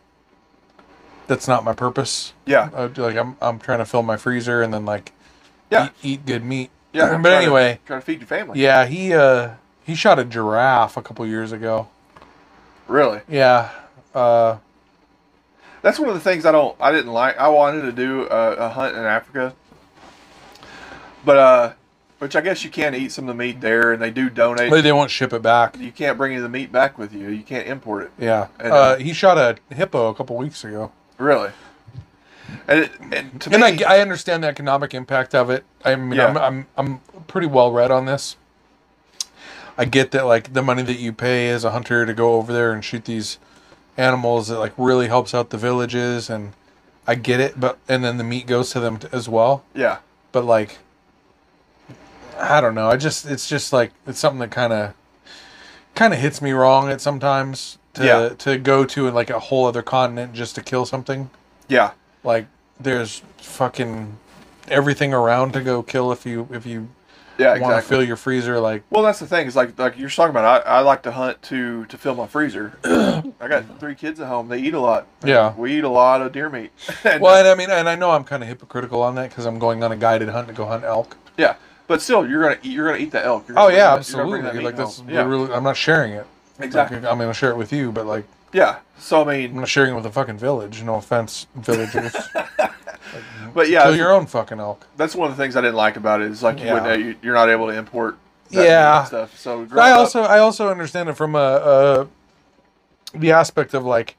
[SPEAKER 1] that's not my purpose.
[SPEAKER 2] yeah,
[SPEAKER 1] I, like I'm I'm trying to fill my freezer and then like
[SPEAKER 2] yeah,
[SPEAKER 1] eat, eat good meat.
[SPEAKER 2] yeah.
[SPEAKER 1] but
[SPEAKER 2] Try to-
[SPEAKER 1] anyway,
[SPEAKER 2] try to feed your family.
[SPEAKER 1] yeah, he uh he shot a giraffe a couple years ago.
[SPEAKER 2] really.
[SPEAKER 1] Yeah. Uh
[SPEAKER 2] That's one of the things I don't, I didn't like. I wanted to do a, a hunt in Africa, but uh, which I guess you can eat some of the meat there, and they do donate.
[SPEAKER 1] they, they won't ship it back.
[SPEAKER 2] you can't bring any of the meat back with you. You can't import it.
[SPEAKER 1] Yeah.
[SPEAKER 2] And,
[SPEAKER 1] uh, he shot a hippo a couple weeks ago.
[SPEAKER 2] Really. And, it, and to
[SPEAKER 1] And
[SPEAKER 2] me,
[SPEAKER 1] I, I understand the economic impact of it. I mean, I'm,
[SPEAKER 2] Yeah.
[SPEAKER 1] I'm, I'm pretty well read on this. I get that, like, the money that you pay as a hunter to go over there and shoot these animals, it, like, really helps out the villages, and I get it, but, and then the meat goes to them t- as well.
[SPEAKER 2] yeah,
[SPEAKER 1] But, like, I don't know. I just, it's just, like, it's something that kind of, kind of hits me wrong at sometimes to,
[SPEAKER 2] Yeah.
[SPEAKER 1] to go to, like, a whole other continent just to kill something.
[SPEAKER 2] yeah,
[SPEAKER 1] Like there's fucking everything around to go kill if you if you
[SPEAKER 2] yeah,
[SPEAKER 1] want to
[SPEAKER 2] exactly.
[SPEAKER 1] fill your freezer. Like
[SPEAKER 2] Well, that's the thing. Is like like you're talking about. I, I like to hunt to to fill my freezer. I got three kids at home. They eat a lot.
[SPEAKER 1] yeah.
[SPEAKER 2] We eat a lot of deer meat. And,
[SPEAKER 1] Well, and I mean, and I know I'm kind of hypocritical on that because I'm going on a guided hunt to go hunt elk.
[SPEAKER 2] yeah, but still, you're gonna eat, you're gonna eat the elk. You're
[SPEAKER 1] Oh
[SPEAKER 2] gonna
[SPEAKER 1] yeah,
[SPEAKER 2] bring that- you're
[SPEAKER 1] absolutely.
[SPEAKER 2] gonna bring that meat
[SPEAKER 1] Like that's
[SPEAKER 2] home. yeah,
[SPEAKER 1] really, I'm not sharing it.
[SPEAKER 2] exactly.
[SPEAKER 1] Like, I mean, I'll share it with you, but like
[SPEAKER 2] Yeah. So I
[SPEAKER 1] I'm
[SPEAKER 2] mean,
[SPEAKER 1] not sharing it with a fucking village. No offense, villagers. Mm-hmm.
[SPEAKER 2] but yeah,
[SPEAKER 1] kill your own fucking elk.
[SPEAKER 2] that's one of the things I didn't like about it. Is like you
[SPEAKER 1] Yeah.
[SPEAKER 2] wouldn't, you- you're not able to import. that meat
[SPEAKER 1] Yeah.
[SPEAKER 2] and stuff. So
[SPEAKER 1] But I
[SPEAKER 2] growing up-
[SPEAKER 1] also I also understand it from a, a the aspect of like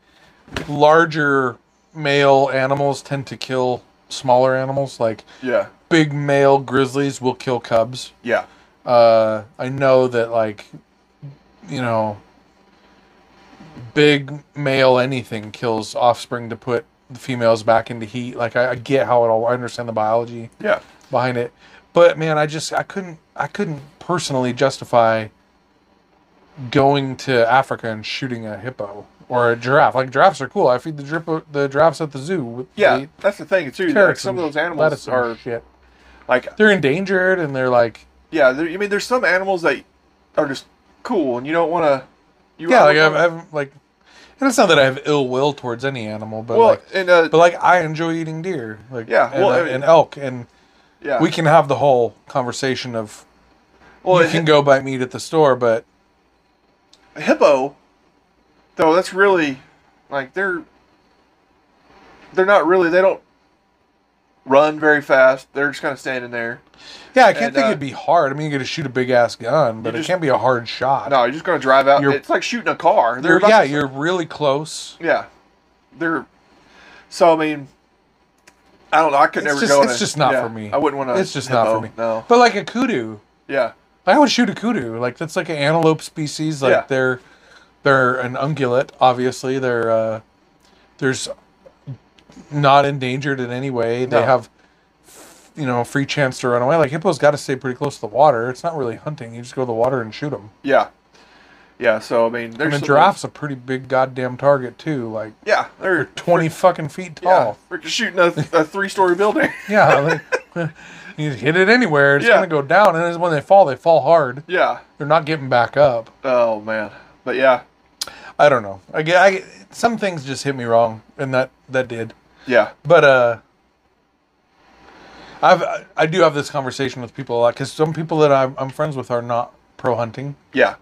[SPEAKER 1] larger male animals tend to kill smaller animals. Like
[SPEAKER 2] yeah,
[SPEAKER 1] big male grizzlies will kill cubs.
[SPEAKER 2] yeah,
[SPEAKER 1] Uh, I know that like you know big male anything kills offspring to put the females back into heat. Like I, I get how it all. I understand the biology
[SPEAKER 2] yeah,
[SPEAKER 1] behind it. But man, I just I couldn't I couldn't personally justify going to Africa and shooting a hippo or a giraffe. Like giraffes are cool. I feed the drip, the giraffes at the zoo. With
[SPEAKER 2] yeah.
[SPEAKER 1] the
[SPEAKER 2] That's the thing too. Like
[SPEAKER 1] carrots
[SPEAKER 2] some of
[SPEAKER 1] and
[SPEAKER 2] those animals
[SPEAKER 1] lettuce and
[SPEAKER 2] are
[SPEAKER 1] shit.
[SPEAKER 2] like
[SPEAKER 1] They're endangered and they're like
[SPEAKER 2] Yeah, there, I mean, there's some animals that are just cool, and you don't want to. You
[SPEAKER 1] yeah,
[SPEAKER 2] I
[SPEAKER 1] like
[SPEAKER 2] don't
[SPEAKER 1] I've,
[SPEAKER 2] wanna-
[SPEAKER 1] I've like. And it's not that I have ill will towards any animal, but
[SPEAKER 2] well,
[SPEAKER 1] like,
[SPEAKER 2] and uh,
[SPEAKER 1] but like I enjoy eating deer, like
[SPEAKER 2] Yeah,
[SPEAKER 1] and,
[SPEAKER 2] well,
[SPEAKER 1] uh,
[SPEAKER 2] I mean-
[SPEAKER 1] and elk, and
[SPEAKER 2] yeah,
[SPEAKER 1] we can have the whole conversation of
[SPEAKER 2] well,
[SPEAKER 1] you
[SPEAKER 2] a
[SPEAKER 1] can
[SPEAKER 2] hi-
[SPEAKER 1] go buy meat at the store, but
[SPEAKER 2] a hippo, though, that's really like they're they're not really. They don't run very fast. They're just kind of standing there.
[SPEAKER 1] Yeah, I can't
[SPEAKER 2] And,
[SPEAKER 1] think
[SPEAKER 2] uh,
[SPEAKER 1] it'd be hard. I mean, you get to shoot a big ass gun, but
[SPEAKER 2] just-
[SPEAKER 1] it can't be a hard shot.
[SPEAKER 2] No, you're just gonna drive out.
[SPEAKER 1] You're-
[SPEAKER 2] it's like shooting a car. They're
[SPEAKER 1] You're-
[SPEAKER 2] about
[SPEAKER 1] yeah,
[SPEAKER 2] to-
[SPEAKER 1] you're really close.
[SPEAKER 2] yeah, they're. So I mean, I don't know. I could
[SPEAKER 1] It's
[SPEAKER 2] never
[SPEAKER 1] just-
[SPEAKER 2] go.
[SPEAKER 1] it's
[SPEAKER 2] in a-
[SPEAKER 1] just not
[SPEAKER 2] yeah,
[SPEAKER 1] for me.
[SPEAKER 2] I wouldn't want to.
[SPEAKER 1] It's just not for me.
[SPEAKER 2] No.
[SPEAKER 1] But like a kudu,
[SPEAKER 2] Yeah.
[SPEAKER 1] like I would shoot a kudu. Like that's like an antelope species. Like
[SPEAKER 2] Yeah.
[SPEAKER 1] they're they're an ungulate. Obviously, they're uh, there's not endangered in any way. They
[SPEAKER 2] No.
[SPEAKER 1] have, you know, free chance to run away. Like hippos got to stay pretty close to the water. It's not really hunting. You just go to the water and shoot them.
[SPEAKER 2] Yeah, yeah. So I mean, there's
[SPEAKER 1] And a
[SPEAKER 2] some-
[SPEAKER 1] giraffe's a pretty big goddamn target too. Like
[SPEAKER 2] Yeah, they're
[SPEAKER 1] twenty fucking feet
[SPEAKER 2] Yeah,
[SPEAKER 1] tall.
[SPEAKER 2] we're shooting a, a three-story building.
[SPEAKER 1] Yeah. like, you hit it anywhere, it's
[SPEAKER 2] Yeah.
[SPEAKER 1] gonna go down. And then when they fall, they fall hard.
[SPEAKER 2] yeah.
[SPEAKER 1] They're not getting back up.
[SPEAKER 2] Oh man. But yeah,
[SPEAKER 1] I don't know. I, get- I get- some things just hit me wrong, and that that did.
[SPEAKER 2] yeah,
[SPEAKER 1] But uh, I've I- I do have this conversation with people a lot because some people that I'm, I'm friends with are not pro hunting,
[SPEAKER 2] yeah,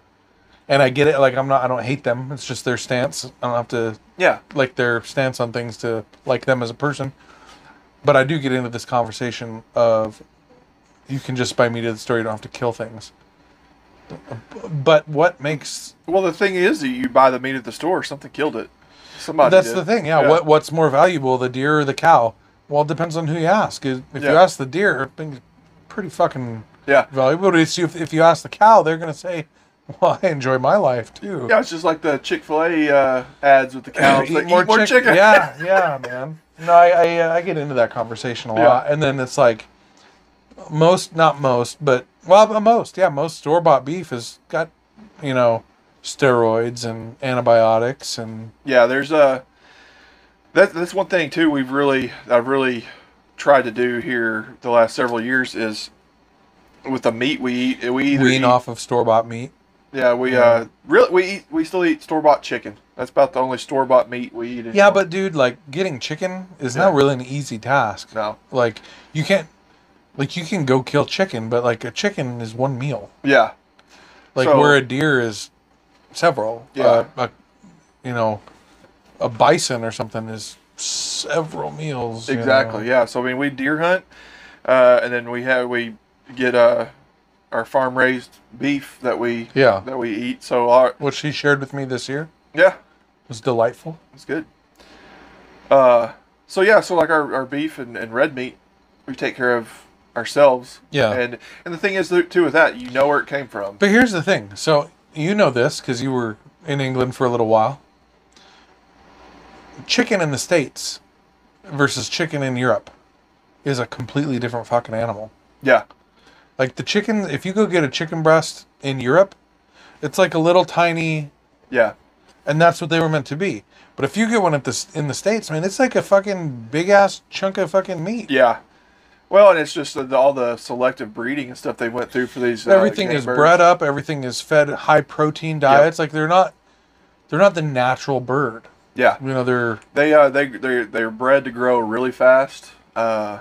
[SPEAKER 1] and I get it. Like I'm not. I don't hate them. It's just their stance. I don't have to
[SPEAKER 2] yeah,
[SPEAKER 1] like their stance on things to like them as a person. But I do get into this conversation of you can just by media the story. You don't have to kill things. But what makes
[SPEAKER 2] Well, the thing is, that you buy the meat at the store. Something killed it. Somebody.
[SPEAKER 1] That's
[SPEAKER 2] did.
[SPEAKER 1] the thing. Yeah. What what's more valuable, the deer or the cow? Well, it depends on who you ask. If if you
[SPEAKER 2] Yeah.
[SPEAKER 1] ask the deer, I think it's pretty fucking
[SPEAKER 2] Yeah.
[SPEAKER 1] valuable. But it's- if if you ask the cow, they're gonna say, "Well, I enjoy my life too."
[SPEAKER 2] Yeah, it's just like the Chick Fil A uh, ads with the cows.
[SPEAKER 1] Eat
[SPEAKER 2] like, eat more,
[SPEAKER 1] chick-
[SPEAKER 2] chicken.
[SPEAKER 1] Yeah, yeah, man. No, I I, uh, I get into that conversation a
[SPEAKER 2] Yeah.
[SPEAKER 1] lot, and then it's like most, not most, but well, but most, yeah, most store bought beef has got you know steroids and antibiotics and
[SPEAKER 2] yeah. There's a. That, that's one thing too. We've really, I've really tried to do here the last several years is with the meat we eat. We either
[SPEAKER 1] wean
[SPEAKER 2] eat,
[SPEAKER 1] off of store bought meat.
[SPEAKER 2] Yeah, we uh, really we eat, we still eat store bought chicken. That's about the only store bought meat we eat.
[SPEAKER 1] Yeah,
[SPEAKER 2] anymore.
[SPEAKER 1] but dude, like getting chicken is
[SPEAKER 2] Yeah.
[SPEAKER 1] not really an easy task.
[SPEAKER 2] no.
[SPEAKER 1] Like you can't, like you can go kill chicken, but like a chicken is one meal.
[SPEAKER 2] Yeah,
[SPEAKER 1] Like
[SPEAKER 2] So-
[SPEAKER 1] where a deer is several.
[SPEAKER 2] Yeah.
[SPEAKER 1] Uh, a, you know, a bison or something is several meals. you know.
[SPEAKER 2] Exactly. Yeah. So I mean, we deer hunt, uh, and then we have we get uh, our farm raised beef that we
[SPEAKER 1] Yeah.
[SPEAKER 2] that we eat. So our,
[SPEAKER 1] What she shared with me this year
[SPEAKER 2] yeah,
[SPEAKER 1] was delightful.
[SPEAKER 2] it's good. Uh, so yeah, so like our, our beef and, and red meat, we take care of ourselves.
[SPEAKER 1] Yeah.
[SPEAKER 2] And and the thing is tho- too with that, you know where it came from.
[SPEAKER 1] But here's the thing. So you know this because you were in England for a little while. Chicken in the States versus chicken in Europe is a completely different fucking animal.
[SPEAKER 2] Yeah.
[SPEAKER 1] Like the chicken, if you go get a chicken breast in Europe, it's like a little tiny,
[SPEAKER 2] Yeah.
[SPEAKER 1] and that's what they were meant to be. But if you get one at the in the states, man, it's like a fucking big ass chunk of fucking meat.
[SPEAKER 2] Yeah. Well, and it's just the, all the selective breeding and stuff they went through for these. uh,
[SPEAKER 1] everything
[SPEAKER 2] game
[SPEAKER 1] is
[SPEAKER 2] birds.
[SPEAKER 1] bred up everything is fed high protein diets like they're not they're not the natural bird
[SPEAKER 2] Yeah.
[SPEAKER 1] you know they're
[SPEAKER 2] They uh they they they're bred to grow really fast. Uh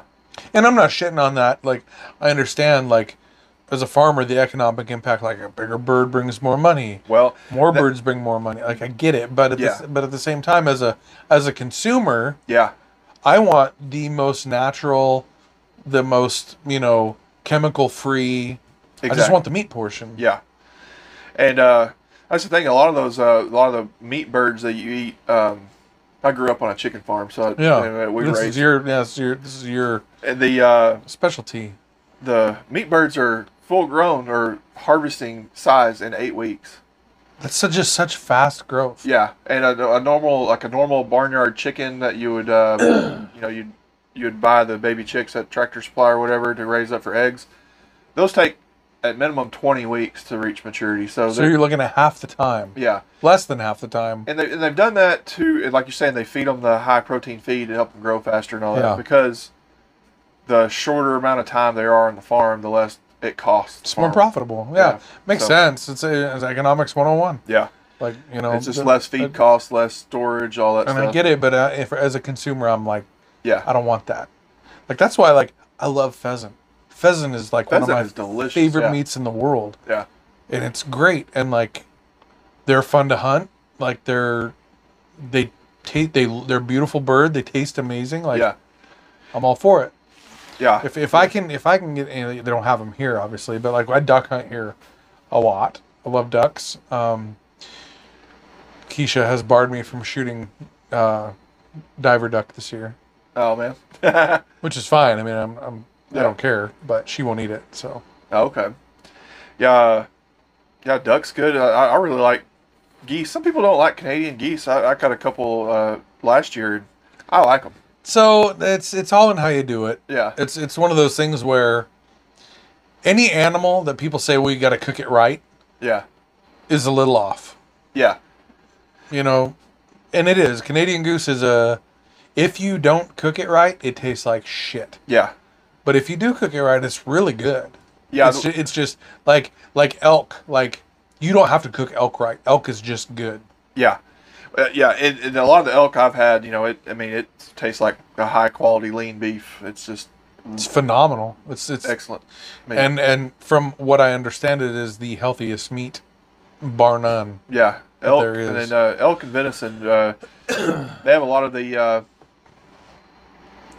[SPEAKER 1] and i'm not shitting on that like i understand like as a farmer the economic impact like a bigger bird brings more money
[SPEAKER 2] well
[SPEAKER 1] more
[SPEAKER 2] That-
[SPEAKER 1] birds bring more money like i get it but at the
[SPEAKER 2] Yeah.
[SPEAKER 1] s but at the same time as a as a consumer
[SPEAKER 2] yeah
[SPEAKER 1] i want the most natural the most you know chemical free i just
[SPEAKER 2] Exactly.
[SPEAKER 1] want the meat portion
[SPEAKER 2] yeah, and uh that's the thing. A lot of those uh, a lot of the meat birds that you eat. Um, I grew up on a chicken farm, so
[SPEAKER 1] yeah
[SPEAKER 2] and, uh, we
[SPEAKER 1] this
[SPEAKER 2] raised
[SPEAKER 1] is your yeah, this is your this is your
[SPEAKER 2] and the uh,
[SPEAKER 1] specialty
[SPEAKER 2] the meat birds are full grown or harvesting size in eight weeks.
[SPEAKER 1] That's such, just such fast growth.
[SPEAKER 2] Yeah, and a, a normal like a normal barnyard chicken that you would uh, you know you'd you'd buy the baby chicks at Tractor Supply or whatever to raise up for eggs. Those take at minimum twenty weeks to reach maturity. So,
[SPEAKER 1] So
[SPEAKER 2] they're-
[SPEAKER 1] you're looking at half the time,
[SPEAKER 2] yeah,
[SPEAKER 1] less than half the time.
[SPEAKER 2] and, they, and they've done that too. and Like you're saying, they feed them the high protein feed to help them grow faster and all
[SPEAKER 1] Yeah.
[SPEAKER 2] that because the shorter amount of time they are on the farm, the less it costs.
[SPEAKER 1] It's
[SPEAKER 2] the
[SPEAKER 1] more
[SPEAKER 2] farmer.
[SPEAKER 1] profitable. Yeah,
[SPEAKER 2] Yeah.
[SPEAKER 1] makes
[SPEAKER 2] So-
[SPEAKER 1] sense. It's, uh it's economics 101.
[SPEAKER 2] Yeah,
[SPEAKER 1] Like you know,
[SPEAKER 2] it's just
[SPEAKER 1] the-
[SPEAKER 2] less feed costs, less storage, all that
[SPEAKER 1] And
[SPEAKER 2] stuff.
[SPEAKER 1] I get it, but uh, if as a consumer, I'm like,
[SPEAKER 2] Yeah,
[SPEAKER 1] I don't want that. Like that's why, like, I love pheasant. Pheasant is like
[SPEAKER 2] pheasant
[SPEAKER 1] one
[SPEAKER 2] is
[SPEAKER 1] of my
[SPEAKER 2] delicious.
[SPEAKER 1] favorite
[SPEAKER 2] yeah.
[SPEAKER 1] meats in the world,
[SPEAKER 2] Yeah.
[SPEAKER 1] and it's great. And like, they're fun to hunt. Like they're they taste they they're a beautiful bird. They taste amazing. Like
[SPEAKER 2] yeah.
[SPEAKER 1] I'm all for it.
[SPEAKER 2] Yeah.
[SPEAKER 1] If, if I can if I can get any, they don't have them here obviously, but like I duck hunt here a lot. I love ducks. Um, Keisha has barred me from shooting uh, diver duck this year,
[SPEAKER 2] oh man.
[SPEAKER 1] which is fine. I mean, I'm, I'm I
[SPEAKER 2] Yeah.
[SPEAKER 1] don't care, but she won't eat it. So
[SPEAKER 2] Oh, okay. Yeah. Yeah, duck's good. I, I I really like geese. Some people don't like Canadian geese. uh, I, I caught a couple uh, last year. I like them.
[SPEAKER 1] So it's it's all in how you do it.
[SPEAKER 2] Yeah.
[SPEAKER 1] It's it's one of those things where any animal that people say, well, you got to cook it right,
[SPEAKER 2] Yeah.
[SPEAKER 1] is a little off.
[SPEAKER 2] Yeah.
[SPEAKER 1] You know, and it is. Canadian goose is a. If you don't cook it right, it tastes like shit.
[SPEAKER 2] Yeah.
[SPEAKER 1] But if you do cook it right, it's really good.
[SPEAKER 2] Yeah.
[SPEAKER 1] It's, ju- it's just like like elk. Like you don't have to cook elk right. Elk is just good.
[SPEAKER 2] Yeah, uh, yeah, and, and a lot of the elk I've had, you know, it. I mean, it tastes like a high quality lean beef. It's just
[SPEAKER 1] It's phenomenal. It's it's
[SPEAKER 2] Mm. excellent. I mean,
[SPEAKER 1] and and from what I understand, it is the healthiest meat, bar none.
[SPEAKER 2] yeah, elk,
[SPEAKER 1] there
[SPEAKER 2] and
[SPEAKER 1] is-
[SPEAKER 2] then uh, elk and venison. Uh, they have a lot of the uh,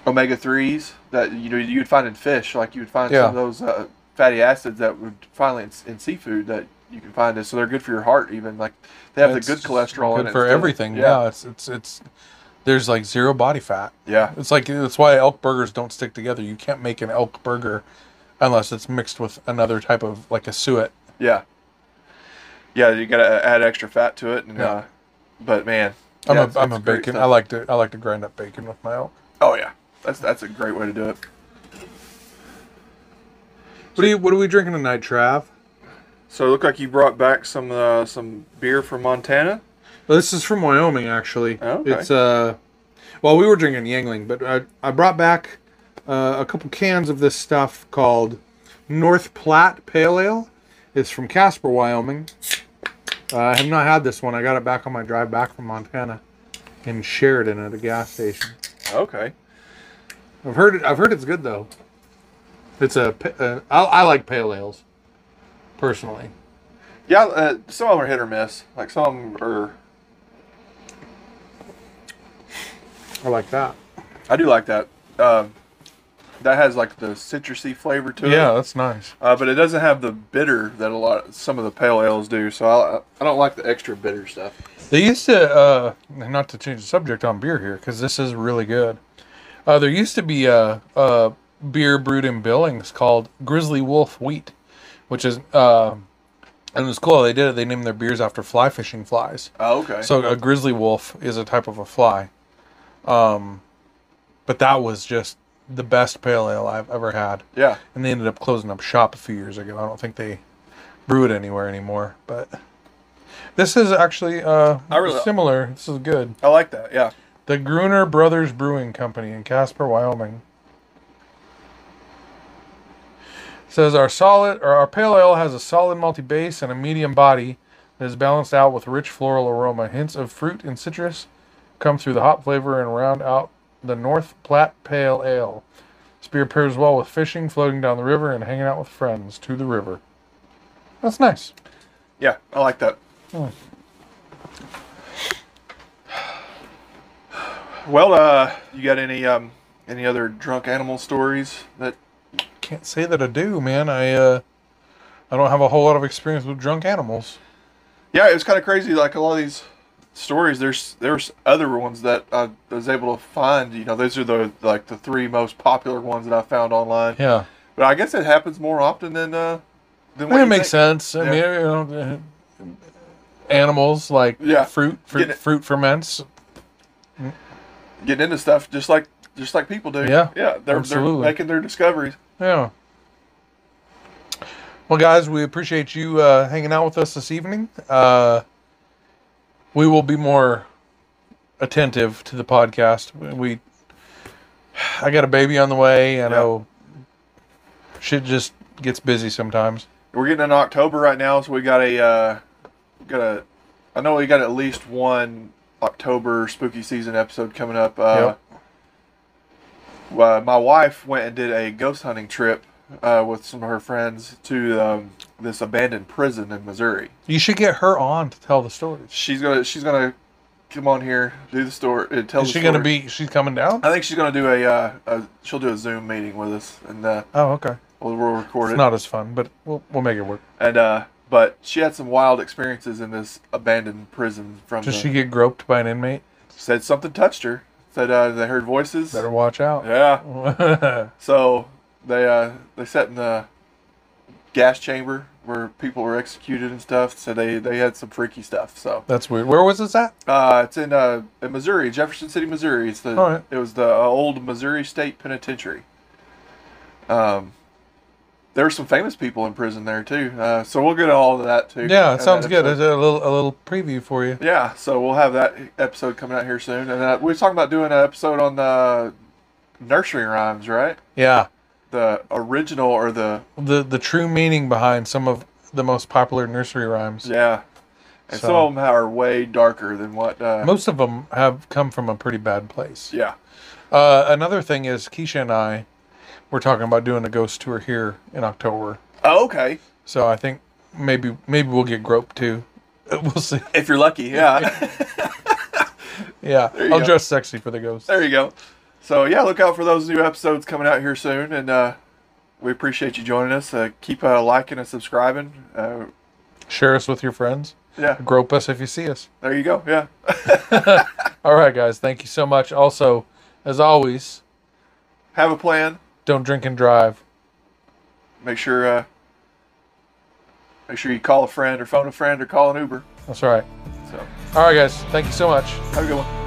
[SPEAKER 2] omega threes that you know you'd find in fish. Like you'd find
[SPEAKER 1] Yeah.
[SPEAKER 2] some of those uh, fatty acids that would finally in, in seafood that you can find. It. So they're good for your heart. Even like they have
[SPEAKER 1] It's
[SPEAKER 2] the good cholesterol.
[SPEAKER 1] Good
[SPEAKER 2] in it
[SPEAKER 1] for
[SPEAKER 2] too.
[SPEAKER 1] everything. Yeah.
[SPEAKER 2] Yeah.
[SPEAKER 1] it's it's it's there's like zero body fat.
[SPEAKER 2] Yeah.
[SPEAKER 1] It's like that's why elk burgers don't stick together. You can't make an elk burger unless it's mixed with another type of like a suet.
[SPEAKER 2] Yeah. Yeah, you gotta add extra fat to it, and
[SPEAKER 1] Yeah.
[SPEAKER 2] uh, but man,
[SPEAKER 1] I'm
[SPEAKER 2] yeah,
[SPEAKER 1] a I'm a
[SPEAKER 2] great
[SPEAKER 1] bacon.
[SPEAKER 2] stuff.
[SPEAKER 1] I like to I like to grind up bacon with my elk.
[SPEAKER 2] oh yeah, that's that's a great way to do it.
[SPEAKER 1] What are you What are we drinking tonight, Trav?
[SPEAKER 2] So it looked like you brought back some uh, some beer from Montana.
[SPEAKER 1] Well, Oh, this is from Wyoming, actually.
[SPEAKER 2] Okay.
[SPEAKER 1] It's uh, well, we were drinking Yangling, but I, I brought back uh, a couple cans of this stuff called North Platte Pale Ale. It's from Casper, Wyoming. Uh, I have not had this one. I got it back on my drive back from Montana, and shared it at a gas station.
[SPEAKER 2] Okay.
[SPEAKER 1] I've heard it, I've heard it's good though. It's a pa- uh, I, I like pale ales, personally.
[SPEAKER 2] Yeah, uh, some of them are hit or miss. Like some of 'em are.
[SPEAKER 1] I like that.
[SPEAKER 2] I do like that. Um, that has like the citrusy flavor to it.
[SPEAKER 1] that's nice.
[SPEAKER 2] Uh, but it doesn't have the bitter that a lot some of the pale ales do. So I I don't like the extra bitter stuff.
[SPEAKER 1] They used to, uh, not to change the subject on beer here, because this is really good. Uh, there used to be a, a beer brewed in Billings called Grizzly Wolf Wheat, which is, uh, and it was cool. They did it. They named their beers after fly fishing flies.
[SPEAKER 2] Oh, okay.
[SPEAKER 1] So a grizzly wolf is a type of a fly. Um, but that was just the best pale ale I've ever had.
[SPEAKER 2] yeah.
[SPEAKER 1] And they ended up closing up shop a few years ago. I don't think they brew it anywhere anymore. But this is actually uh,
[SPEAKER 2] I really-
[SPEAKER 1] similar. This is good.
[SPEAKER 2] I like that. Yeah.
[SPEAKER 1] The Gruner Brothers Brewing Company in Casper, Wyoming. Says our solid or our pale ale has a solid malty base and a medium body that is balanced out with rich floral aroma. Hints of fruit and citrus come through the hop flavor and round out the North Platte Pale Ale. This beer pairs well with fishing, floating down the river, and hanging out with friends to the river. That's nice.
[SPEAKER 2] Yeah, I like that.
[SPEAKER 1] Hmm.
[SPEAKER 2] Well, uh, you got any um, any other drunk animal stories that?
[SPEAKER 1] Can't say that I do, man. I uh, I don't have a whole lot of experience with drunk animals.
[SPEAKER 2] Yeah, it was kind of crazy. Like a lot of these stories, there's there's other ones that I was able to find. You know, those are the like the three most popular ones that I found online.
[SPEAKER 1] Yeah.
[SPEAKER 2] But I guess it happens more often than uh, than
[SPEAKER 1] I mean,
[SPEAKER 2] you
[SPEAKER 1] it makes
[SPEAKER 2] think.
[SPEAKER 1] sense. I
[SPEAKER 2] Yeah.
[SPEAKER 1] mean, you know, uh, animals like
[SPEAKER 2] Yeah.
[SPEAKER 1] fruit,
[SPEAKER 2] Get
[SPEAKER 1] fruit,
[SPEAKER 2] it.
[SPEAKER 1] fruit ferments.
[SPEAKER 2] Getting into stuff just like just like people do.
[SPEAKER 1] Yeah,
[SPEAKER 2] yeah, they're, they're
[SPEAKER 1] absolutely.
[SPEAKER 2] making their discoveries.
[SPEAKER 1] Yeah. Well, guys, we appreciate you uh, hanging out with us this evening. Uh, we will be more attentive to the podcast. We, I got a baby on the way. I know shit just gets busy sometimes.
[SPEAKER 2] We're getting in October right now, so we got a uh, got a. I know we got at least one October spooky season episode coming up. Uh, uh, my wife went and did a ghost hunting trip uh, with some of her friends to um, this abandoned prison in Missouri.
[SPEAKER 1] You should get her on to tell the stories.
[SPEAKER 2] She's gonna she's gonna come on here do the story. Uh, tell
[SPEAKER 1] Is
[SPEAKER 2] the
[SPEAKER 1] she going to
[SPEAKER 2] story.
[SPEAKER 1] be? She's coming down.
[SPEAKER 2] I think she's gonna do a, uh, a she'll do a Zoom meeting with us and uh,
[SPEAKER 1] Oh, okay.
[SPEAKER 2] we'll, we'll record
[SPEAKER 1] It's
[SPEAKER 2] it.
[SPEAKER 1] not as fun, but we'll we'll make it work.
[SPEAKER 2] and uh but she had some wild experiences in this abandoned prison from
[SPEAKER 1] Does
[SPEAKER 2] the-
[SPEAKER 1] she get groped by an inmate?
[SPEAKER 2] said something touched her said uh they heard voices
[SPEAKER 1] Better watch out.
[SPEAKER 2] yeah so they uh they sat in the gas chamber where people were executed and stuff. So they they had some freaky stuff. So
[SPEAKER 1] That's weird. Where was this at?
[SPEAKER 2] uh, it's in uh in Missouri, Jefferson City, Missouri. It's the
[SPEAKER 1] All right.
[SPEAKER 2] it was the uh, old Missouri State Penitentiary. Um, there were some famous people in prison there too. Uh, so we'll get all of that too.
[SPEAKER 1] Yeah,
[SPEAKER 2] in
[SPEAKER 1] it sounds
[SPEAKER 2] that
[SPEAKER 1] good. I
[SPEAKER 2] episode.
[SPEAKER 1] did a little a little preview for you.
[SPEAKER 2] Yeah, so we'll have that episode coming out here soon, and uh, we were talking about doing an episode on the nursery rhymes, right?
[SPEAKER 1] Yeah.
[SPEAKER 2] The original or the
[SPEAKER 1] The the true meaning behind some of the most popular nursery rhymes.
[SPEAKER 2] yeah, and some
[SPEAKER 1] So-
[SPEAKER 2] of them are way darker than what. Uh,
[SPEAKER 1] Most of them have come from a pretty bad place.
[SPEAKER 2] yeah,
[SPEAKER 1] Uh, another thing is Keisha and I were talking about doing a ghost tour here in October.
[SPEAKER 2] oh, okay.
[SPEAKER 1] So I think maybe maybe we'll get groped too. We'll see.
[SPEAKER 2] If you're lucky, yeah.
[SPEAKER 1] Yeah,
[SPEAKER 2] you
[SPEAKER 1] I'll
[SPEAKER 2] go.
[SPEAKER 1] dress sexy for the ghost.
[SPEAKER 2] there you go. So yeah, look out for those new episodes coming out here soon, and uh, we appreciate you joining us. Uh, keep uh, liking and subscribing. Uh,
[SPEAKER 1] Share us with your friends.
[SPEAKER 2] yeah,
[SPEAKER 1] Grope us if you see us.
[SPEAKER 2] there you go. Yeah,
[SPEAKER 1] All right, guys. Thank you so much. Also, as always,
[SPEAKER 2] have a plan.
[SPEAKER 1] don't drink and drive.
[SPEAKER 2] Make sure. Uh, Make sure you call a friend or phone a friend or call an Uber.
[SPEAKER 1] That's right.
[SPEAKER 2] So,
[SPEAKER 1] All right, guys. Thank you so much.
[SPEAKER 2] have a good one.